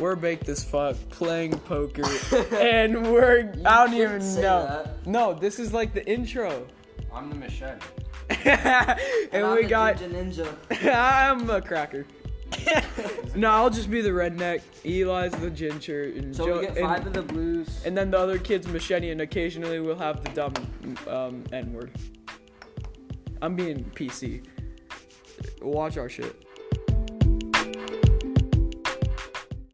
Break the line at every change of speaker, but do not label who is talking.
We're baked as fuck, playing poker, and we're. I don't even
shouldn't say
know.
that.
No, this is like the intro.
I'm the machete.
and
Not
we
the
got.
Ninja Ninja.
I'm a cracker. no, I'll just be the redneck. Eli's the ginger, and
So
Joe,
we get
and-
five of the blues.
and then the other kid's machete, and occasionally we'll have the dumb um, N word. I'm being PC. Watch our shit.